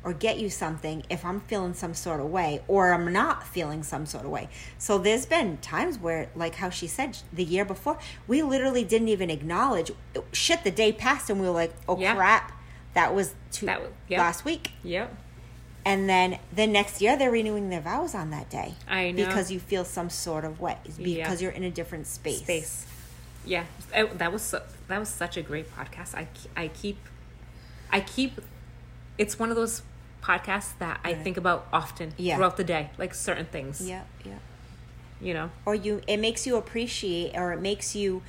A: or get you something if I'm feeling some sort of way or I'm not feeling some sort of way. So there's been times where, like how she said the year before, we literally didn't even acknowledge shit. The day passed and we were like, oh
B: Yeah.
A: crap, that was too
B: That was- yeah.
A: last week.
B: Yep.
A: And then the next year they're renewing their vows on that day.
B: I know.
A: because you feel some sort of way because
B: Yeah.
A: you're in a different space.
B: Space. Yeah, I- that was so, that was such a great podcast. I ke- I keep I keep it's one of those podcasts that I think about often
A: Yeah.
B: throughout the day, like certain things.
A: Yeah, yeah.
B: You know.
A: or you it makes you appreciate or it makes you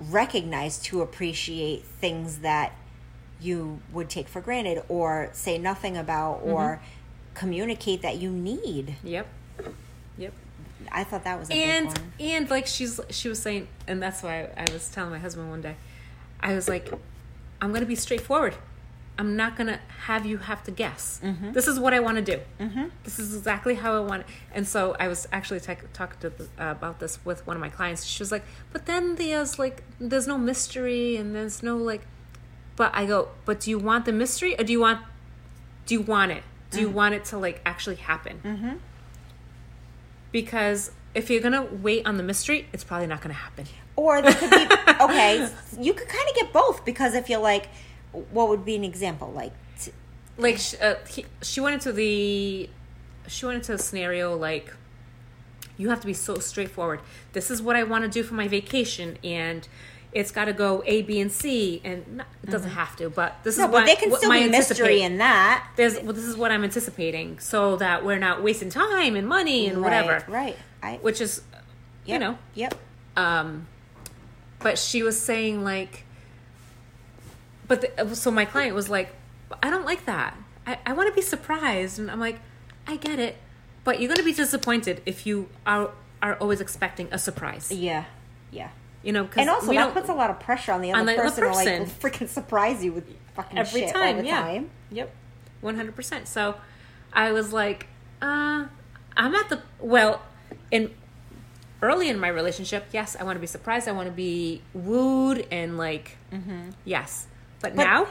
A: recognize to appreciate things that you would take for granted or say nothing about
B: Mm-hmm.
A: or communicate that you need
B: Yep. Yep.
A: i thought that was a
B: and
A: big one
B: and like she's she was saying and that's why I was telling my husband one day i was like i'm gonna be straightforward I'm not gonna have you have to guess. This is what I want to do. This is exactly how I want. It. And so I was actually tec- talking to the, uh, about this with one of my clients. She was like, "But then there's like there's no mystery and there's no like." But I go, "But do you want the mystery or do you want do you want it? Do you want it to like actually happen?" Because if you're gonna wait on the mystery, it's probably not gonna happen.
A: Or there could be okay. You could kind of get both because if you're like, what would be an example? Like, t-
B: like sh- uh, he, she went into the she went into a scenario like you have to be so straightforward this is what i want to do for my vacation and it's got to go a b and c and not, it doesn't have to but this
A: Mm-hmm. no,
B: is what,
A: but there can
B: what
A: still
B: my
A: be mystery
B: anticipate-
A: in that.
B: there's well, this is what i'm anticipating so that we're not wasting time and money and whatever
A: Right. right. I,
B: which is you
A: yep,
B: know
A: Yep.
B: um but she was saying like but the, so my client was like i don't like that i, I want to be surprised and i'm like i get it but you're going to be disappointed if you are are always expecting a surprise
A: Yeah. Yeah.
B: you know 'cause
A: And also,
B: we
A: that
B: don't-
A: puts a lot of pressure on the other
B: on the other
A: person, to like
B: person.
A: freaking surprise you with fucking
B: every
A: shit
B: time
A: all the
B: yeah
A: time.
B: yep 100% so i was like uh i'm at the well in early in my relationship yes i want to be surprised i want to be wooed and like
A: Mm-hmm.
B: yes but, now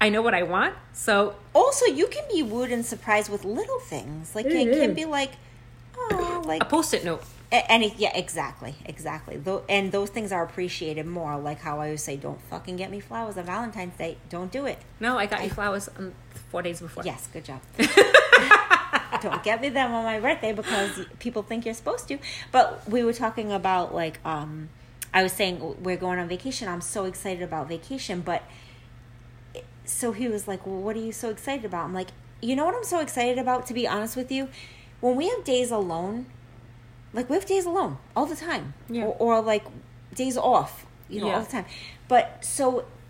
B: i know what i want so
A: Also, you can be wooed and surprised with little things. Like it can
B: Mhm.
A: be like, oh, like
B: a post-it note
A: A- Any, yeah, exactly, exactly. Tho- and those things are appreciated more. Like how I always say, don't fucking get me flowers on Valentine's Day. Don't do it.
B: no i got you flowers um, four days before
A: Yes, good job. don't get me them on my birthday because people think you're supposed to. But we were talking about like, um, I was saying we're going on vacation. I'm so excited about vacation, but so he was like, Well, what are you so excited about? I'm like, You know what I'm so excited about, to be honest with you? When we have days alone, like we have days alone all the time,
B: Yeah.
A: or, or like days off, you know,
B: Yeah.
A: all the time. But so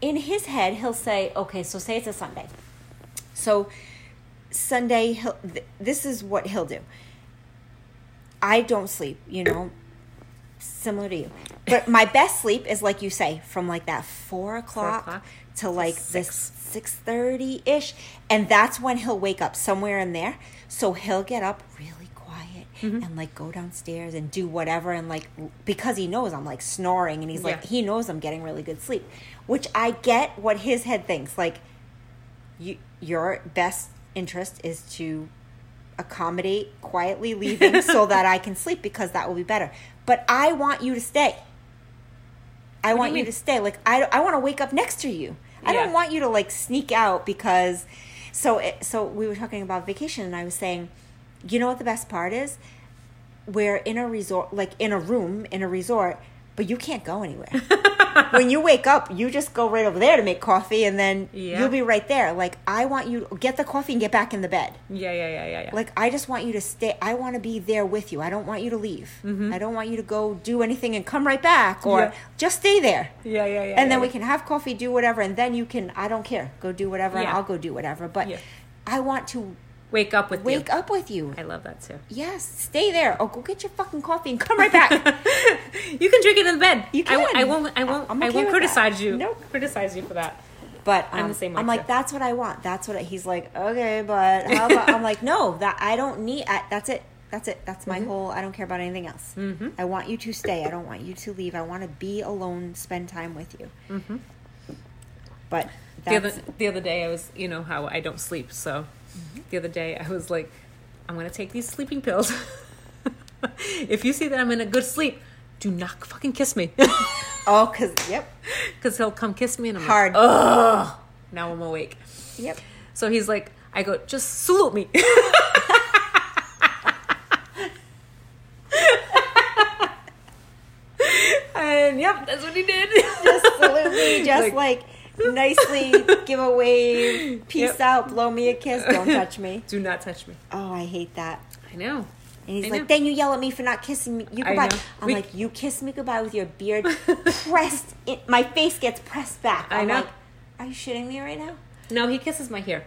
A: in his head, he'll say, Okay, so say it's a Sunday. So Sunday, he'll, th- this is what he'll do. I don't sleep, you know, similar to you. But my best sleep is like you say, from like that four o'clock,
B: o'clock
A: to like this six thirty ish, and that's when he'll wake up somewhere in there. So he'll get up really quiet
B: Mm-hmm.
A: and like go downstairs and do whatever, and like because he knows I'm like snoring, and he's like
B: Yeah.
A: he knows I'm getting really good sleep, which I get what his head thinks like you, your best interest is to accommodate quietly leaving so that I can sleep because that will be better. But I want you to stay. I want you,
B: mean?
A: to stay. Like I, I want to wake up next to you. I don't
B: Yeah.
A: want you to like sneak out because. So it, so we were talking about vacation and I was saying, you know what the best part is? We're in a resort, like in a room in a resort, but you can't go anywhere when you wake up, you just go right over there to make coffee, and then
B: Yeah.
A: you'll be right there. Like I want you to get the coffee and get back in the bed.
B: yeah yeah yeah yeah yeah
A: Like I just want you to stay. I want to be there with you. I don't want you to leave. I don't want you to go do anything and come right back, or
B: Mm-hmm. Yeah.
A: just stay there.
B: yeah yeah yeah
A: And then
B: yeah,
A: we
B: yeah.
A: can have coffee, do whatever, and then you can. I don't care. Go do whatever, and
B: Yeah.
A: I'll go do whatever. But
B: Yeah.
A: I want to
B: wake up with
A: wake
B: you.
A: up with you.
B: i love that too
A: Yes, stay there. Oh, go get your fucking coffee and come right back.
B: you can drink it in bed
A: You
B: I w-
A: can.
B: I, won't i won't
A: I'm
B: i
A: okay
B: won't
A: with that.
B: criticize you
A: Nope.
B: criticize you for that
A: But
B: I'm
A: um,
B: the same
A: I'm
B: way,
A: like,
B: too.
A: that's what I want. That's what I, he's like. Okay, but how about? I'm like, no, that I don't need. I, that's it. That's it. That's
B: Mm-hmm.
A: my whole. I don't care about anything else. I want you to stay. I don't want you to leave. I want to be alone, spend time with you.
B: Mm-hmm.
A: But
B: the
A: that's Mm-hmm.
B: other the other day I was you know how I don't sleep so the other day I was like I'm gonna take these sleeping pills if you see that I'm in a good sleep do not fucking kiss me
A: oh, cause yep,
B: because he'll come kiss me and I'm
A: hard.
B: like oh now I'm awake
A: Yep.
B: so he's like I go just salute me and yep that's what he did
A: Just salute me, just like,
B: Like-
A: nicely give a wave, peace
B: Yep.
A: out, blow me a kiss, don't touch me.
B: do not touch me
A: Oh, I hate that.
B: I know
A: And he's
B: I
A: like,
B: know.
A: then you yell at me for not kissing me you
B: I
A: goodbye.
B: know.
A: I'm
B: We-
A: like, you kiss me goodbye with your beard pressed. In, my face gets pressed back.
B: I
A: I'm
B: know.
A: like, are you shitting me right now?
B: No, he kisses my hair.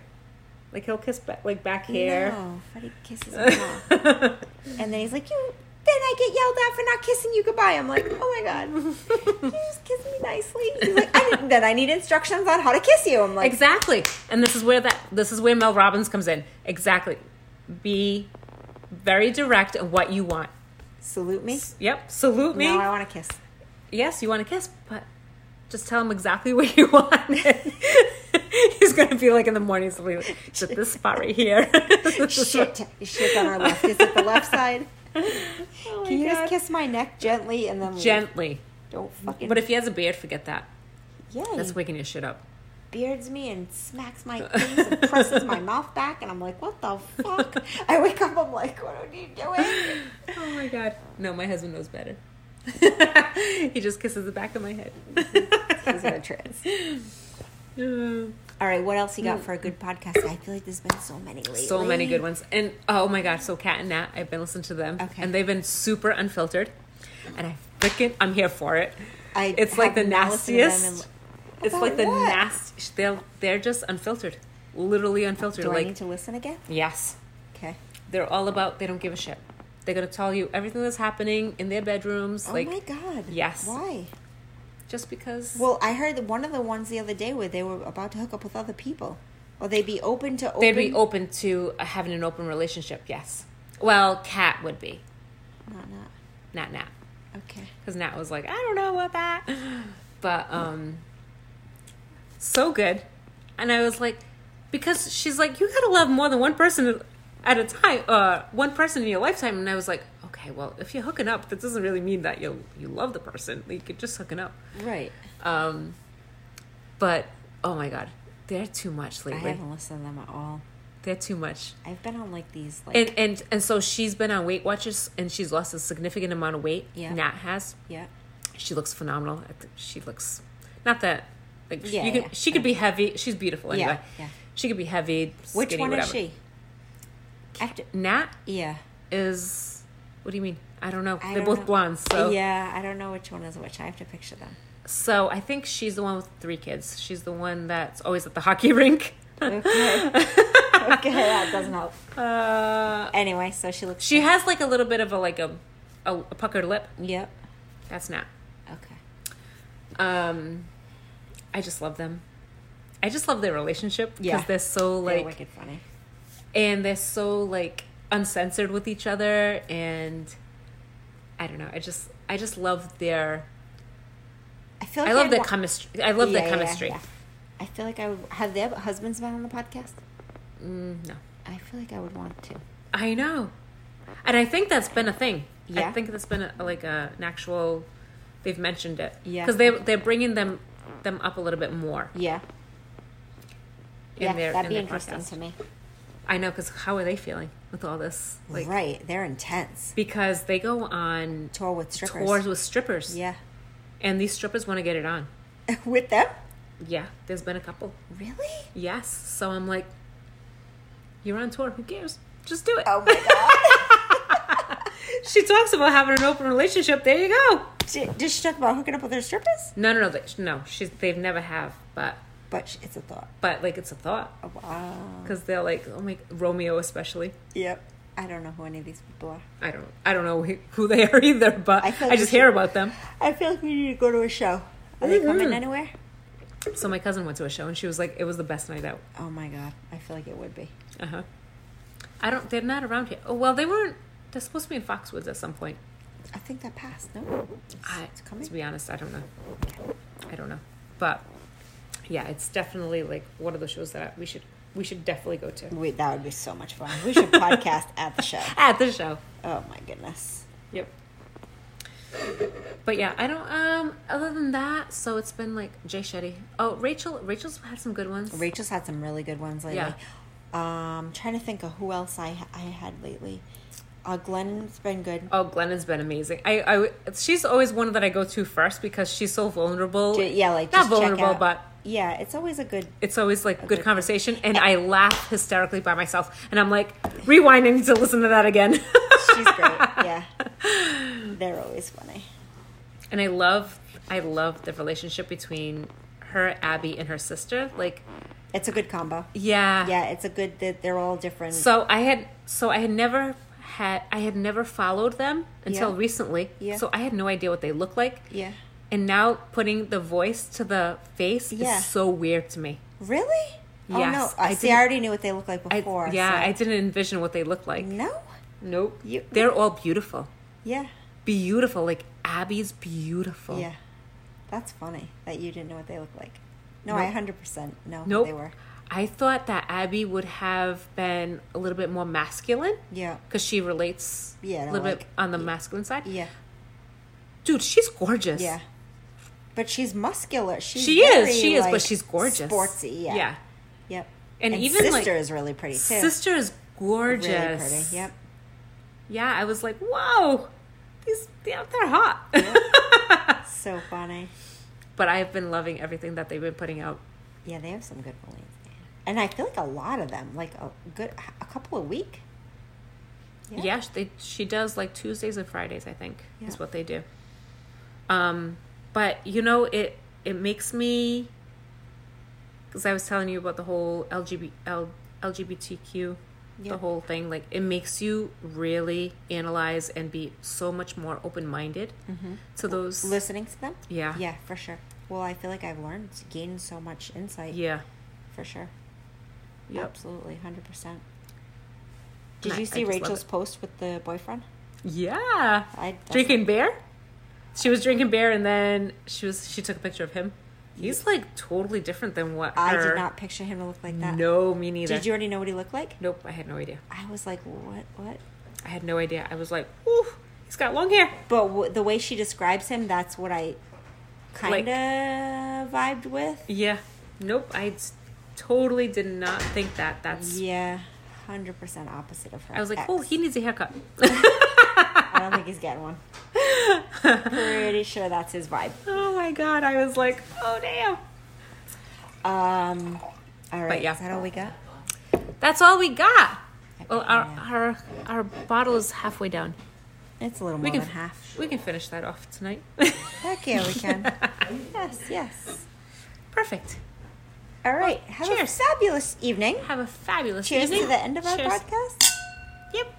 B: Like he'll kiss back, like back hair.
A: No, Freddie kisses me off. and then he's like, you. Then I get yelled at for not kissing you goodbye. I'm like, oh my god, you just kiss me nicely. He's like, I didn't, then I need instructions on how to kiss you. I'm like,
B: Exactly. And this is where that this is where Mel Robbins comes in. Exactly. Be very direct of what you want.
A: salute me.
B: Yep. Salute me.
A: Now I want to kiss.
B: yes, you want to kiss, but just tell him exactly what you want. He's gonna be like in the morning, he's gonna be like, "It's at this spot right here.
A: Shit, shit on our left. Is it the left side?
B: Oh my
A: Can you
B: God.
A: just kiss my neck gently and then leave?
B: gently?
A: Don't fucking.
B: But if he has a beard, forget that.
A: yeah,
B: That's
A: he
B: waking your shit up.
A: beards me and smacks my face and presses my mouth back, and I'm like, what the fuck? I wake up, I'm like, what are you doing?
B: Oh my god. No, my husband knows better. he just kisses the back of my head.
A: He's in a trance. All right, what else you got for a good podcast? I feel like there's been so many lately.
B: Mm. so many good ones. And oh my god, so Cat and Nat, I've been listening to them.
A: Okay.
B: And they've been super unfiltered. And I freaking I'm here for it.
A: I
B: it's like the
A: have not listened to them in-
B: nastiest. It's
A: About
B: like the
A: what?
B: nasty they're they're just unfiltered. Literally unfiltered.
A: Do
B: like
A: I need to listen again?
B: yes.
A: Okay.
B: They're all about they don't give a shit. They're gonna tell you everything that's happening in their bedrooms. like
A: oh my god.
B: yes.
A: Why?
B: just because
A: Well, I heard that one of the ones the other day where they were about to hook up with other people, or they'd be open to open.
B: They'd be open to uh, having an open relationship, yes. Well, Kat would be,
A: Not, not.
B: not Nat.
A: Okay.
B: Because Nat was like, I don't know about that. But, um, so good. And I was like, because she's like, you gotta love more than one person at a time, uh, one person in your lifetime. And I was like, okay, well, if you're hooking up, that doesn't really mean that you you love the person. You could just hooking up.
A: Right.
B: Um, but, oh my God, they're too much
A: I
B: lately.
A: haven't listened to them at all.
B: They're too much.
A: I've been on like these like
B: and and and so she's been on Weight Watchers and she's lost a significant amount of weight.
A: Yeah.
B: Nat has.
A: yeah.
B: She looks phenomenal. I think she looks not that like
A: Yeah,
B: you could,
A: yeah.
B: she could be heavy. She's beautiful
A: Yeah,
B: anyway.
A: yeah.
B: She could be heavy.
A: Which
B: skinny,
A: one
B: whatever.
A: is she? After
B: Nat
A: yeah.
B: is. What do you mean? I don't know.
A: I
B: They're
A: don't
B: both
A: know.
B: blondes. So
A: yeah, I don't know which one is which. I have to picture them.
B: so I think she's the one with three kids. She's the one that's always at the hockey rink.
A: Okay. okay, that doesn't help.
B: Uh,
A: Anyway, so she looks.
B: she has like a little bit of a like a a, a puckered lip.
A: Yep.
B: That's Nat.
A: Okay.
B: um i just love them i just love their relationship because
A: Yeah.
B: they're so
A: Like
B: like
A: wicked funny.
B: and they're so like uncensored with each other and i don't know i just i just love their
A: I feel. Like
B: i love
A: I'd
B: their
A: wa-
B: chemistry i love
A: Yeah,
B: their
A: yeah,
B: chemistry
A: yeah. I feel like I would, have their husbands been on the podcast.
B: Mm, no
A: I feel like I would want to.
B: i know and i think that's been a thing i
A: Yeah.
B: think that's been a, like a, an actual they've mentioned it
A: Yeah.
B: because they, they're bringing them them up a little bit more
A: Yeah.
B: in
A: yeah,
B: their
A: that'd
B: in
A: be
B: their
A: interesting
B: podcast.
A: to me.
B: i know because how are they feeling with all this like
A: right, they're intense.
B: because they go on
A: Tour with strippers.
B: tours with strippers.
A: Yeah.
B: And these strippers want to get it on.
A: with them?
B: Yeah, there's been a couple.
A: Really?
B: Yes. So I'm like, you're on tour. Who cares? Just do it.
A: Oh my god.
B: She talks about having an open relationship. There you go.
A: She- Did she talk about hooking up with her strippers?
B: No, no, no. They, no, she's, they've never have, but
A: But sh- it's a thought.
B: but like it's a thought
A: Oh, wow.
B: because they're like, oh my, Romeo especially.
A: Yep. I don't know who any of these people are.
B: I don't, I don't know who who they are either, but
A: I
B: I,
A: feel like
B: just
A: we
B: hear
A: should-
B: about them.
A: I feel like we need to go to a show. Are they coming
B: Mhm.
A: anywhere?
B: So my cousin went to a show and she was like, it was the best night out.
A: Oh my god. I feel like it would be.
B: Uh huh. I don't. They're not around here. Oh well, they weren't. They're supposed to be in Foxwoods at some point.
A: I think that passed. No. It's,
B: I,
A: it's coming.
B: to be honest, I don't know. I don't know, but yeah, it's definitely like one of the shows that we should we should definitely go to
A: Wait, that would be so much fun. We should podcast at the show.
B: at the show.
A: Oh my goodness.
B: Yep. But yeah, I don't. Um, other than that, so it's been like Jay Shetty. Oh, Rachel. Rachel's had some good ones.
A: Rachel's had some really good ones lately.
B: Yeah.
A: Um, trying to think of who else I I had lately. Uh, Glenn's been good.
B: Oh, Glennon's been amazing. I, I, w- she's always one that I go to first because she's so vulnerable.
A: Ju- yeah, like
B: not
A: just check
B: vulnerable,
A: out-
B: but
A: yeah, it's always a good.
B: it's always like good conversation and i laugh hysterically by myself and i'm like rewind i need to listen to that again
A: She's great. yeah, they're always funny.
B: and i love i love the relationship between her abby and her sister like
A: It's a good combo.
B: yeah
A: Yeah, it's a good. That they're all different.
B: so i had so i had never had i had never followed them until
A: Yeah.
B: recently
A: Yeah.
B: so i had no idea what they look like
A: yeah,
B: And now putting the voice to the face
A: Yeah.
B: is so weird to me.
A: Really?
B: Yes,
A: oh no! I see. I
B: I didn't-
A: already knew what they looked like
B: I,
A: before.
B: yeah,
A: so-
B: I didn't envision what they looked like.
A: no.
B: Nope.
A: You-
B: They're all beautiful.
A: Yeah.
B: Beautiful. Like Abby's beautiful.
A: Yeah. That's funny that you didn't know what they looked like. No, I 100% know
B: Nope.
A: who they were.
B: I thought that Abby would have been a little bit more masculine
A: Yeah.
B: because she relates
A: Yeah, I
B: a little
A: like-
B: bit on the masculine side.
A: Yeah.
B: Dude, she's gorgeous.
A: Yeah. But she's muscular. She's
B: She is.
A: very,
B: She is,
A: like,
B: but she's gorgeous.
A: Sportsy. Yeah.
B: Yeah.
A: Yep.
B: And even, like-
A: sister is really pretty too.
B: Sister is
A: really
B: gorgeous.
A: pretty. Yep.
B: Yeah, I was like, whoa, these yeah, they're hot.
A: So funny.
B: but I've been loving everything that they've been putting out.
A: Yeah, they have some good ones. And I feel like a lot of them, like a good a couple a week. Yeah.
B: Yeah, sh- they, she does like Tuesdays and Fridays. I think
A: Yeah.
B: is what they do. Um, but you know, it it makes me because I was telling you about the whole LGB, L, LGBTQ,
A: Yeah.
B: the whole thing. Like, it makes you really analyze and be so much more open minded
A: Mm-hmm.
B: to those.
A: Listening to them.
B: Yeah.
A: Yeah, for sure. Well, I feel like I've learned, gained so much insight.
B: Yeah.
A: for sure.
B: Yep.
A: Absolutely, hundred percent. Did
B: I-
A: you
B: I
A: see
B: just love
A: Rachel's
B: it.
A: post with the boyfriend?
B: Yeah.
A: I that's-
B: drinking beer. She was drinking beer, and then she was she took a picture of him. He's like totally different than what
A: I
B: her-
A: did not picture him to look like that.
B: No, me neither.
A: Did you already know what he looked like?
B: Nope, I had no idea.
A: I was like, what? What?
B: I had no idea. I was like, ooh, he's got long hair.
A: But w- the way she describes him, that's what I
B: Like-
A: kind of vibed with.
B: Yeah. Nope, I s- totally did not think that. That's.
A: Yeah, hundred percent opposite of her.
B: I was like,
A: ex.
B: oh, he needs a haircut.
A: I don't think he's getting one. Pretty sure that's his vibe.
B: oh my god, I was like, oh damn.
A: Um, all right.
B: yeah.
A: Is that all we got?
B: That's all we got. Well, our
A: Yeah.
B: our our bottle is halfway down.
A: It's a little more
B: We can
A: than half.
B: we can finish that off tonight.
A: Heck yeah, we can. yes, yes.
B: Perfect.
A: All right. Have
B: cheers.
A: a fabulous evening.
B: Have a fabulous
A: Cheers
B: evening.
A: to the end of our
B: Cheers.
A: podcast.
B: Yep.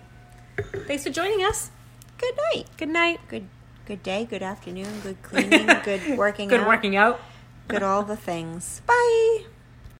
B: Thanks for joining us.
A: Good night.
B: Good night.
A: Good good day, good afternoon, good cleaning, good working
B: Good
A: out,
B: working out.
A: good all the things. Bye.